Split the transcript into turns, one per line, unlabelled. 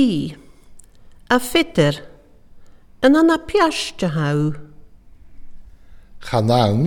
Bi. A fedr. Yn yna piasd hau.
Chanawn